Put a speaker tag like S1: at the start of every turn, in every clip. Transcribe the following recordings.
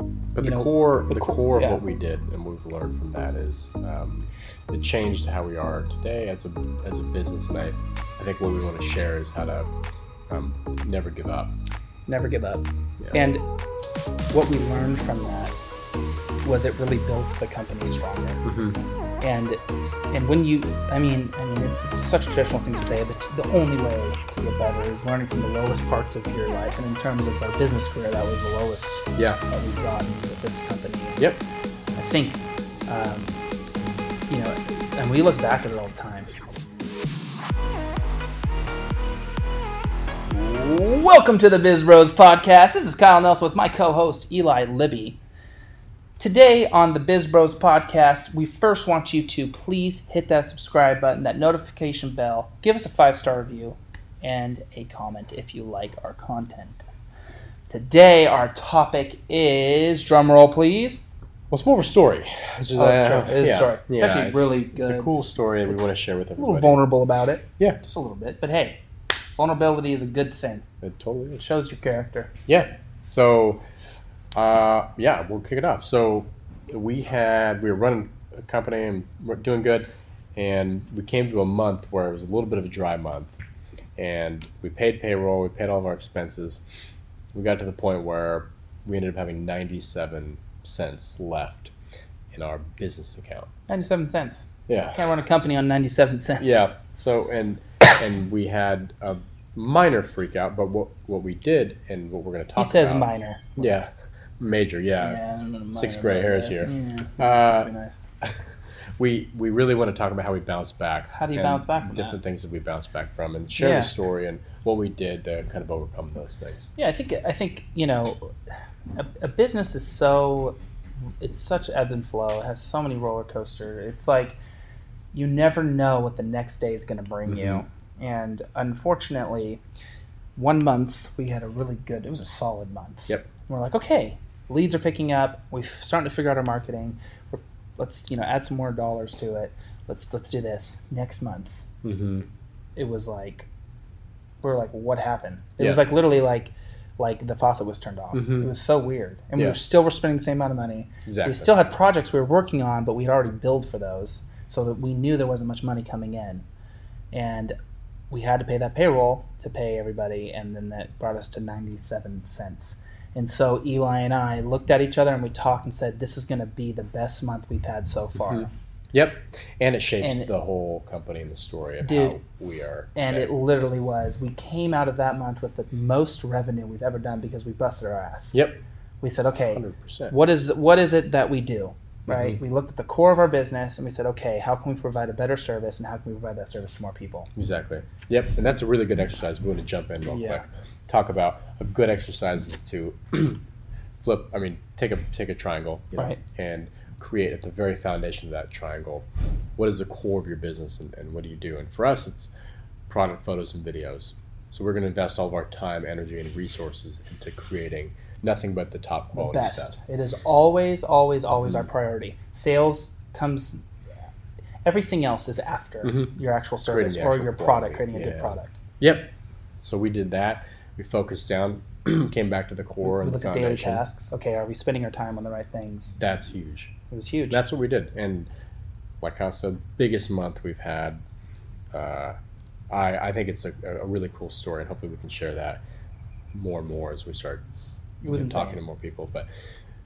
S1: But the
S2: you know,
S1: core, the,
S2: the co-
S1: core, of
S2: yeah.
S1: what we did and we've learned from that is um, it changed how we are today as a as a business. And I, I think what we want to share is how to um, never give up.
S2: never give up.
S1: Yeah.
S2: And what we learned from that was it really built the company stronger. And and when you, I mean, I mean, it's such a traditional thing to say, but the only way to get better is learning from the lowest parts of your life. And in terms of our business career, that was the lowest
S1: yeah.
S2: that we've gotten with this company.
S1: Yep.
S2: I think, um, you know, and we look back at it all the time. Welcome to the Biz Bros podcast. This is Kyle Nelson with my co-host Eli Libby. Today on the Biz Bros podcast, we first want you to please hit that subscribe button, that notification bell, give us a five-star review, and a comment if you like our content. Today, our topic is drumroll, please.
S1: Well, it's more of a story. It's just,
S2: Oh, true. It is a story. It's actually really
S1: It's a
S2: good.
S1: cool story that we
S2: It's
S1: want to share with
S2: a little
S1: everybody.
S2: vulnerable about it,
S1: yeah,
S2: just a little bit. But hey, vulnerability is a good thing.
S1: it totally
S2: It
S1: is.
S2: shows your character.
S1: Yeah. So, uh, yeah, we'll kick it off. So, we had we were running a company and we're doing good, and we came to a month where it was a little bit of a dry month, and we paid payroll, we paid all of our expenses. We got to the point where we ended up having ninety-seven cents left in our business account.
S2: Ninety-seven cents.
S1: Yeah.
S2: Can't run a company on ninety-seven cents.
S1: Yeah. So and and we had a minor freak out, but what what we did and what we're going to talk
S2: He says
S1: about.
S2: minor.
S1: Yeah. Major, yeah.
S2: Yeah, I'm gonna
S1: Six
S2: minor
S1: gray
S2: about
S1: hairs
S2: that.
S1: here.
S2: Yeah, must be
S1: Uh,
S2: nice.
S1: we we really want to talk about how we bounce back.
S2: How do you
S1: and
S2: bounce back from that?
S1: Different things that we bounce back from, and share
S2: Yeah.
S1: the story and what we did to kind of overcome those things.
S2: Yeah, I think I think you know, a, a business is so it's such ebb and flow. It has so many roller coaster. It's like you never know what the next day is going to bring you. And unfortunately, one month we had a really good. It was a solid month.
S1: Yep.
S2: We're like, okay, leads are picking up. We're starting to figure out our marketing. We're, let's you know add some more dollars to it. Let's let's do this next month
S1: Mm-hmm.
S2: it was like we were like what happened it was
S1: Yeah.
S2: like literally like like the faucet was turned off
S1: Mhm.
S2: it was so weird and we
S1: Yeah.
S2: were still were spending the same amount of money
S1: Exactly.
S2: we still had projects we were working on but we had already billed for those so that we knew there wasn't much money coming in and we had to pay that payroll to pay everybody and then that brought us to 97 cents and so eli and i looked at each other and we talked and said this is going to be the best month we've had so far
S1: Mhm. Yep. And it shapes
S2: And-
S1: the whole company and the story of
S2: Dude.
S1: how we are.
S2: and
S1: today.
S2: it literally was. We came out of that month with the most revenue we've ever done because we busted our ass.
S1: Yep.
S2: We said, okay,
S1: Hundred percent. Mm-hmm.
S2: what is what is it that we do, right? We looked at the core of our business and we said, okay, how can we provide a better service and how can we provide that service to more people?
S1: Exactly. Yep. And that's a really good exercise. We want to jump in real
S2: Yeah.
S1: quick. Talk about a good exercise is to flip. I mean, take a take a triangle, you know,
S2: Right.
S1: and create at the very foundation of that triangle. What is the core of your business, and, and what do you do? And for us, it's product photos and videos. So we're going to invest all of our time, energy, and resources into creating nothing but the top
S2: The
S1: quality
S2: best.
S1: stuff. Mm-hmm.
S2: It is always, always, always our priority. Sales comes. Everything else is after
S1: Mhm.
S2: your actual service
S1: the
S2: or
S1: actual
S2: your
S1: quality,
S2: product, creating a good
S1: yeah.
S2: product.
S1: Yep. So we did that. We focused down, came back to the core
S2: We
S1: and the
S2: look at daily
S1: foundation.
S2: tasks. Okay, are we spending our time on the right things?
S1: That's huge.
S2: It was huge.
S1: That's what we did, and like I said, biggest month we've had. Uh, I I think it's a, a really cool story, and hopefully we can share that more and more as we start
S2: it was insane.
S1: talking to more people. But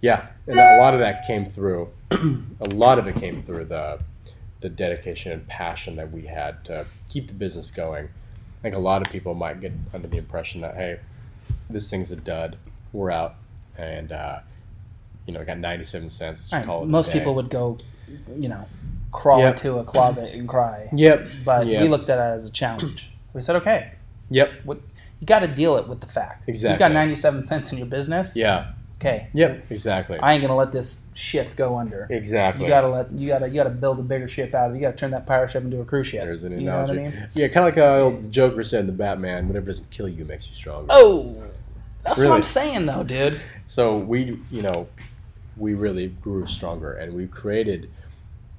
S1: yeah, and a lot of that came through. a lot of it came through the the dedication and passion that we had to keep the business going. I think a lot of people might get under the impression that hey, this thing's a dud. We're out, and uh, you know, I got ninety seven cents. Just
S2: Right.
S1: call it a
S2: Most
S1: day.
S2: people would go, you know, crawl
S1: Yep.
S2: into a closet and cry.
S1: Yep.
S2: But
S1: Yeah.
S2: we looked at it as a challenge. We said, okay,
S1: Yep.
S2: what, you got to deal it with the fact. You've got
S1: Exactly.
S2: 97 cents in your business.
S1: Yeah.
S2: Okay.
S1: Yep. Exactly.
S2: I ain't gonna let this ship go under.
S1: exactly.
S2: You gotta let you gotta you gotta build a bigger ship out of. it. You gotta turn that pirate ship into a cruise ship.
S1: There's an
S2: you know what I
S1: analogy.
S2: mean?
S1: Yeah, kind of like how old Joker said in the Batman, whatever doesn't kill you makes you stronger.
S2: Oh, that's what
S1: Really?
S2: I'm saying though, dude.
S1: So we, you know, we really grew stronger and we created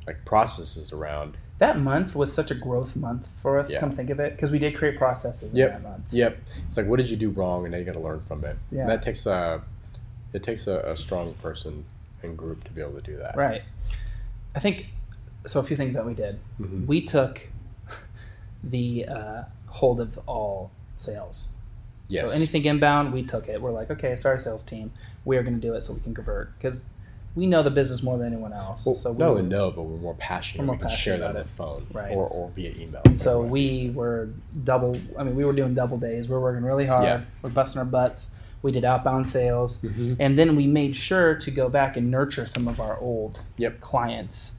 S1: like processes around.
S2: That month was such a growth month for us.
S1: Yeah.
S2: Come think of it, because we did create processes in
S1: Yep.
S2: that month.
S1: Yep. It's like, what did you do wrong? And now you got to learn from it.
S2: Yeah.
S1: And that takes, uh, it takes a, a strong person and group to be able to do that.
S2: Right. I think so. A few things that we did.
S1: Mhm.
S2: We took the uh, hold of all sales.
S1: Yes.
S2: So anything inbound, we took it. We're like, okay, sorry, sales team, we are going to do it so we can convert because we know the business more than anyone else.
S1: Well,
S2: so we,
S1: not only know, but we're more passionate.
S2: We're more
S1: we can share
S2: passionate
S1: that on
S2: about
S1: the phone
S2: Right.
S1: or, or via email.
S2: So we were double. I mean, we were doing double days. We are working really hard.
S1: Yeah.
S2: We're busting our butts. We did outbound sales,
S1: Mhm.
S2: and then we made sure to go back and nurture some of our old
S1: Yep.
S2: clients.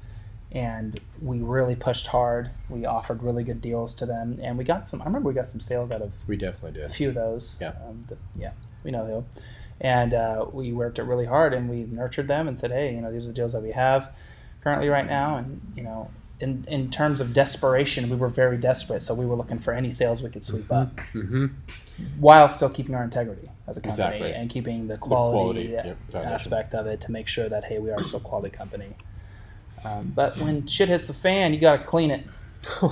S2: And we really pushed hard. We offered really good deals to them, and we got some. I remember we got some sales out of
S1: we definitely
S2: a
S1: did.
S2: few of those.
S1: Yeah.
S2: um, the, yeah, we know who. And uh, we worked it really hard, and we nurtured them and said, hey, you know, these are the deals that we have currently right now, and you know. In, in terms of desperation, we were very desperate, so we were looking for any sales we could sweep up
S1: Mm-hmm.
S2: while still keeping our integrity as a company
S1: Exactly.
S2: and keeping the
S1: quality,
S2: quality,
S1: yep, foundation.
S2: aspect of it to make sure that, hey, we are still a quality company. Um, but when shit hits the fan, you got to clean it.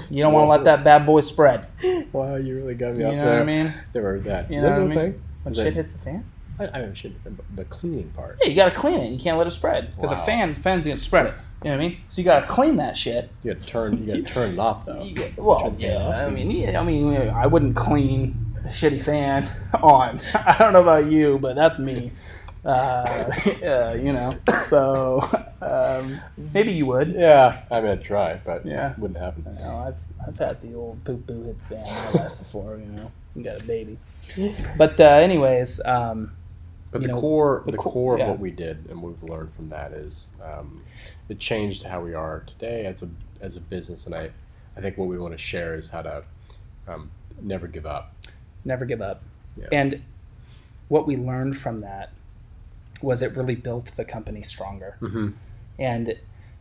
S2: You don't want to let that bad boy spread.
S1: Wow, you really got me
S2: You
S1: off
S2: know
S1: there.
S2: what I mean?
S1: Never heard that.
S2: You
S1: Is
S2: know
S1: that
S2: what I
S1: a
S2: mean?
S1: real thing?
S2: When
S1: Is that-
S2: shit hit the fan?
S1: I, I don't shit, but the cleaning part.
S2: Yeah, you gotta clean it. You can't let it spread because
S1: Wow.
S2: a fan, fan's gonna spread it. You know what I mean? So you gotta clean that shit.
S1: You got to turn. You got to turn it off though.
S2: You get- Well,
S1: Turn the fan
S2: yeah.
S1: off.
S2: I mean, yeah. I mean, yeah, I wouldn't clean a shitty fan on. I don't know about you, but that's me. Uh, uh, you know. So um, maybe you would.
S1: Yeah, I mean, I'd try, but
S2: Yeah.
S1: wouldn't happen.
S2: You know, I've I've had the old poo poo hit the fan and all that before. You know, you got a baby. But uh, anyways, um,
S1: But
S2: You
S1: the
S2: know,
S1: core,
S2: the
S1: the,
S2: co-
S1: core of
S2: yeah.
S1: what we did and what we've learned from that is, um, it changed how we are today as a as a business. And I, I think what we want to share is how to, um, never give up.
S2: never give up.
S1: Yeah.
S2: And what we learned from that was it really built the company stronger.
S1: Mm-hmm.
S2: And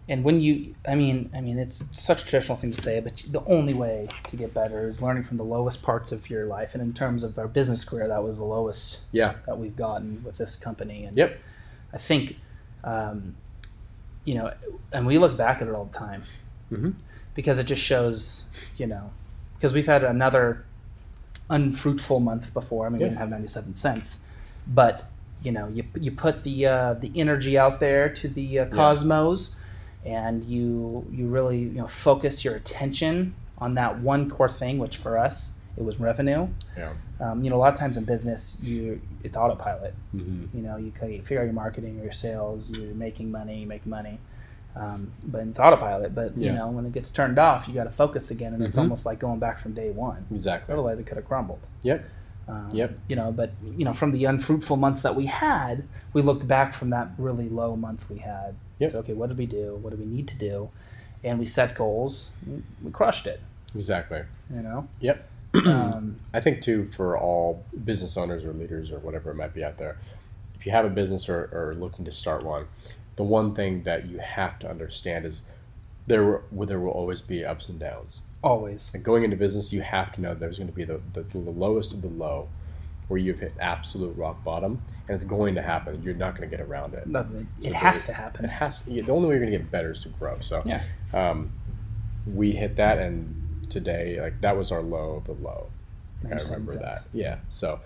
S2: and when you, I mean, I mean, it's such a traditional thing to say, but the only way to get better is learning from the lowest parts of your life. And in terms of our business career, that was the lowest
S1: Yeah.
S2: that we've gotten with this company. And
S1: Yep.
S2: I think, um, you know, and we look back at it all the time
S1: Mhm.
S2: because it just shows, you know, because we've had another unfruitful month before. I mean,
S1: Yeah.
S2: we didn't have 97 cents, but you know, you, you put the, uh, the energy out there to the uh, cosmos and you, you really, you know, focus your attention on that one core thing, which for us, it was revenue.
S1: Yeah.
S2: Um, you know, a lot of times in business, you it's autopilot
S1: Mm-hmm.
S2: you know you can you figure out your marketing or your sales you're making money you make money um, but it's autopilot but you
S1: Yeah.
S2: know when it gets turned off you got to focus again and it's
S1: Mhm.
S2: almost like going back from day one
S1: Exactly.
S2: otherwise it could have crumbled
S1: Yep.
S2: um,
S1: Yep.
S2: you know but you know from the unfruitful months that we had we looked back from that really low month we had
S1: Yep.
S2: so okay what did we do what do we need to do and we set goals we crushed it
S1: Exactly.
S2: you know
S1: Yep.
S2: um,
S1: I think too for all business owners or leaders or whatever it might be out there, if you have a business or, or looking to start one, the one thing that you have to understand is there will, there will always be ups and downs.
S2: always
S1: Like going into business, you have to know there's going to be the, the, the lowest of the low, where you've hit absolute rock bottom, and it's going to happen. You're not going to get around it.
S2: nothing
S1: So
S2: it has
S1: there's-
S2: to
S1: It
S2: happen
S1: has. yeah, The only way you're going to get better is to grow. So
S2: Yeah.
S1: um, we hit that, and today like that was our low of the low. I
S2: 97
S1: remember
S2: cents.
S1: that. Yeah. So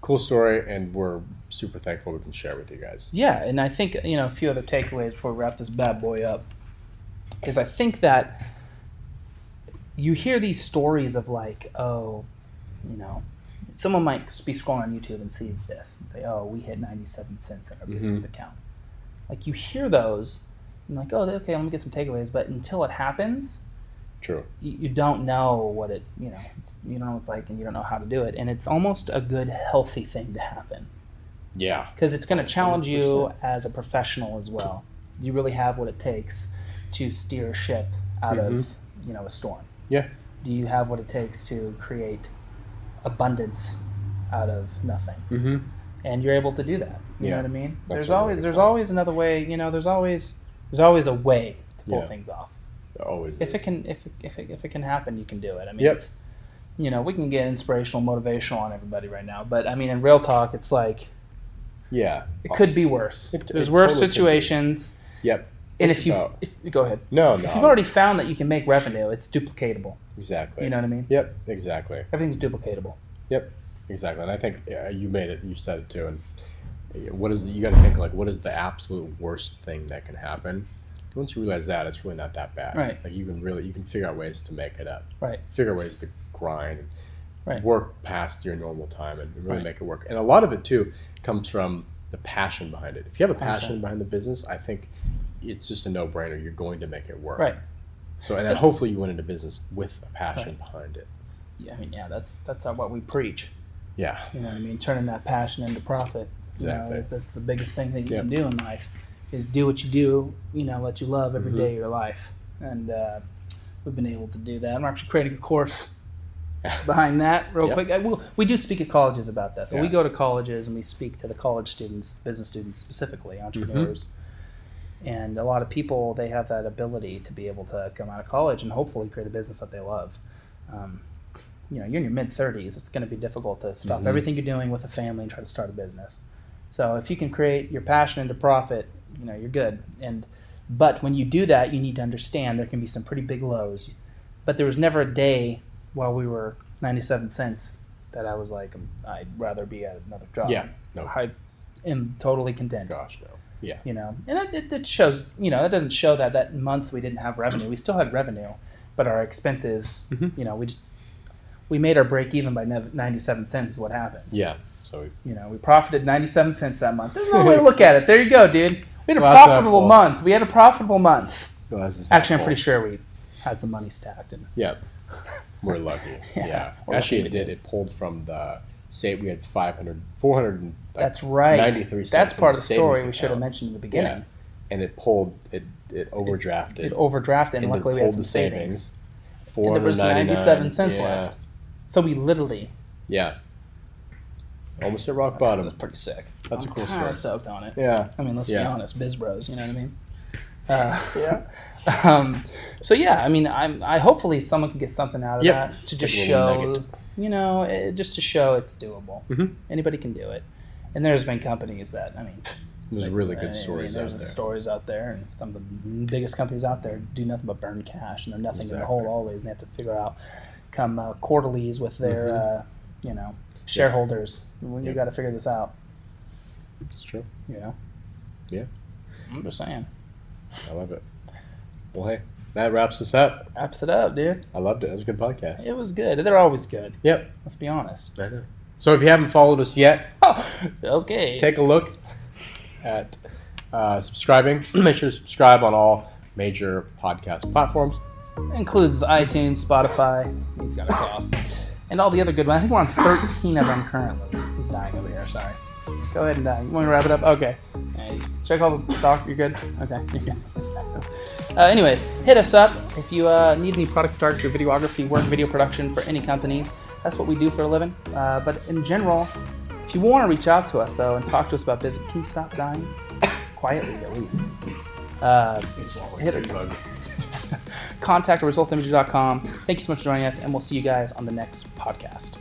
S1: cool story, and we're super thankful we can share with you guys.
S2: Yeah, and I think you know a few other takeaways before we wrap this bad boy up is I think that you hear these stories of like, oh, you know, someone might be scrolling on YouTube and see this and say, oh, we hit ninety-seven cents in our business account. Like you hear those and like, oh, okay, let me get some takeaways. But until it happens,
S1: True.
S2: you, you don't know what it you know it's, you don't know what it's like, and you don't know how to do it. And it's almost a good healthy thing to happen
S1: Yeah.
S2: because it's going to challenge you
S1: 100%.
S2: as a professional as well. You really have what it takes to steer a ship out of you know a storm.
S1: Mm-hmm. Yeah.
S2: Do you have what it takes to create abundance out of nothing?
S1: Mm-hmm.
S2: And you're able to do that. You
S1: Yeah.
S2: know what I mean?
S1: That's
S2: there's
S1: a really
S2: always
S1: good
S2: there's
S1: point.
S2: always another way. You know, there's always there's always a way to pull
S1: Yeah.
S2: things off.
S1: Always.
S2: If
S1: is.
S2: it can if it, if it, if it can happen, you can do it. I mean,
S1: Yep.
S2: it's you know we can get inspirational, motivational on everybody right now, but I mean in real talk, it's like
S1: Yeah.
S2: it could be worse.
S1: It-
S2: There's
S1: it
S2: worse
S1: totally could be.
S2: situations,
S1: Yep.
S2: and if you
S1: about-
S2: if, go ahead,
S1: No. No.
S2: if you've already found that you can make revenue, it's duplicatable.
S1: exactly.
S2: You know what I mean?
S1: Yep. Exactly.
S2: Everything's duplicatable.
S1: Yep, exactly. And I think yeah, you made it. You said it too. And what is you got to think like what is the absolute worst thing that can happen once you realize that it's really not that bad
S2: Right.
S1: like you can really you can figure out ways to make it up
S2: Right.
S1: figure out ways to grind and
S2: Right.
S1: work past your normal time and really
S2: Right.
S1: make it work and a lot of it too comes from the passion behind it if you have a
S2: Hundred
S1: passion behind the business i think it's just a no-brainer you're going to make it work
S2: Right.
S1: so and then hopefully you went into business with a passion behind it
S2: Yeah, I mean, yeah, that's that's how, what we preach.
S1: yeah
S2: You know what I mean? Turning that passion into profit. You know,
S1: Exactly.
S2: that- that's the biggest thing that you
S1: Yeah.
S2: can do in life is do what you do, you know, what you love every
S1: Mhm.
S2: day of your life. And uh, we've been able to do that. I'm actually creating a course behind that real
S1: Yep.
S2: quick. I, we'll, we do speak at colleges about that. So we
S1: Yeah.
S2: go to colleges and we speak to the college students, business students specifically, entrepreneurs.
S1: Mm-hmm.
S2: And a lot of people, they have that ability to be able to come out of college and hopefully create a business that they love. Um, you know, you're in your mid 30s, it's going to be difficult to stop
S1: Mhm.
S2: everything you're doing with a family and try to start a business. So if you can create your passion into profit, you know, you're good. And but when you do that, you need to understand there can be some pretty big lows. But there was never a day while we were 97 cents that I was like, um, I'd rather be at another job.
S1: yeah no
S2: I am totally content
S1: gosh no yeah
S2: you know and it, it, it shows you know that doesn't show that that month we didn't have revenue we still had revenue but our expenses
S1: Mhm.
S2: you know we just we made our break even by nev- 97 cents is what happened
S1: yeah so
S2: you know we profited 97 cents that month there's no way to look at it there you go dude we had a
S1: Well, that's
S2: profitable
S1: awful.
S2: month we had a profitable month
S1: well, this is
S2: actually i'm
S1: helpful.
S2: pretty sure we had some money stacked and
S1: Yeah, we're lucky.
S2: Yeah,
S1: yeah,
S2: we're
S1: actually,
S2: lucky
S1: it did. It pulled from the say we had 500, 400, and, like,
S2: that's right
S1: 93 cents
S2: that's
S1: in
S2: part
S1: the
S2: of the story
S1: savings
S2: we should have
S1: account.
S2: mentioned in the beginning
S1: and it pulled it. It overdrafted.
S2: it overdrafted and,
S1: and then
S2: luckily we
S1: pulled
S2: had some
S1: the
S2: savings
S1: savings.
S2: and there was 97 cents left so we literally
S1: Yeah, almost hit rock
S2: That's-
S1: bottom.
S2: That's pretty sick.
S1: That's
S2: I'm
S1: a cool story.
S2: kinda stoked on it.
S1: yeah,
S2: I mean, let's be
S1: Yeah.
S2: honest, biz bros. You know what I mean? Uh,
S1: yeah.
S2: um, so yeah, I mean, I'm. I hopefully someone can get something out of
S1: Yep.
S2: that to just
S1: Take a little
S2: show,
S1: nugget.
S2: you know, it, just to show it's doable.
S1: Mhm.
S2: Anybody can do it. And there's been companies that I mean,
S1: There's
S2: like,
S1: really
S2: I mean,
S1: good stories out
S2: there's
S1: there.
S2: stories out there, and some of the biggest companies out there do nothing but burn cash, and they're nothing in the
S1: Exactly.
S2: hole always, and they have to figure out come uh, quarterlies with their,
S1: Mhm.
S2: uh, you know, shareholders. Well, You
S1: Yep.
S2: got to figure this out.
S1: It's true.
S2: You know.
S1: Yeah.
S2: I'm just saying.
S1: I love it. Well, hey, that wraps us up.
S2: Wraps it up, dude.
S1: I loved it. That was a good podcast.
S2: It was good. They're always good.
S1: Yep.
S2: Let's be honest.
S1: I know. So if you haven't followed us yet,
S2: okay.
S1: take a look at uh, subscribing. Make sure to subscribe on all major podcast platforms.
S2: Includes iTunes, Spotify. He's got a cough. And all the other good ones. I think we're on 13 of them currently. He's dying over here. Sorry. Go ahead and die. You want me to wrap it up? Okay. Hey, check all the doc. You're good? Okay. You're good. uh, anyways, hit us up if you uh, need any product photography, or videography, work, video production for any companies. That's what we do for a living. Uh, but in general, if you want to reach out to us though and talk to us about business, can you stop dying? Quietly, at least. Uh, hit it. contact at resultsimages.com. Thank you so much for joining us, and we'll see you guys on the next podcast.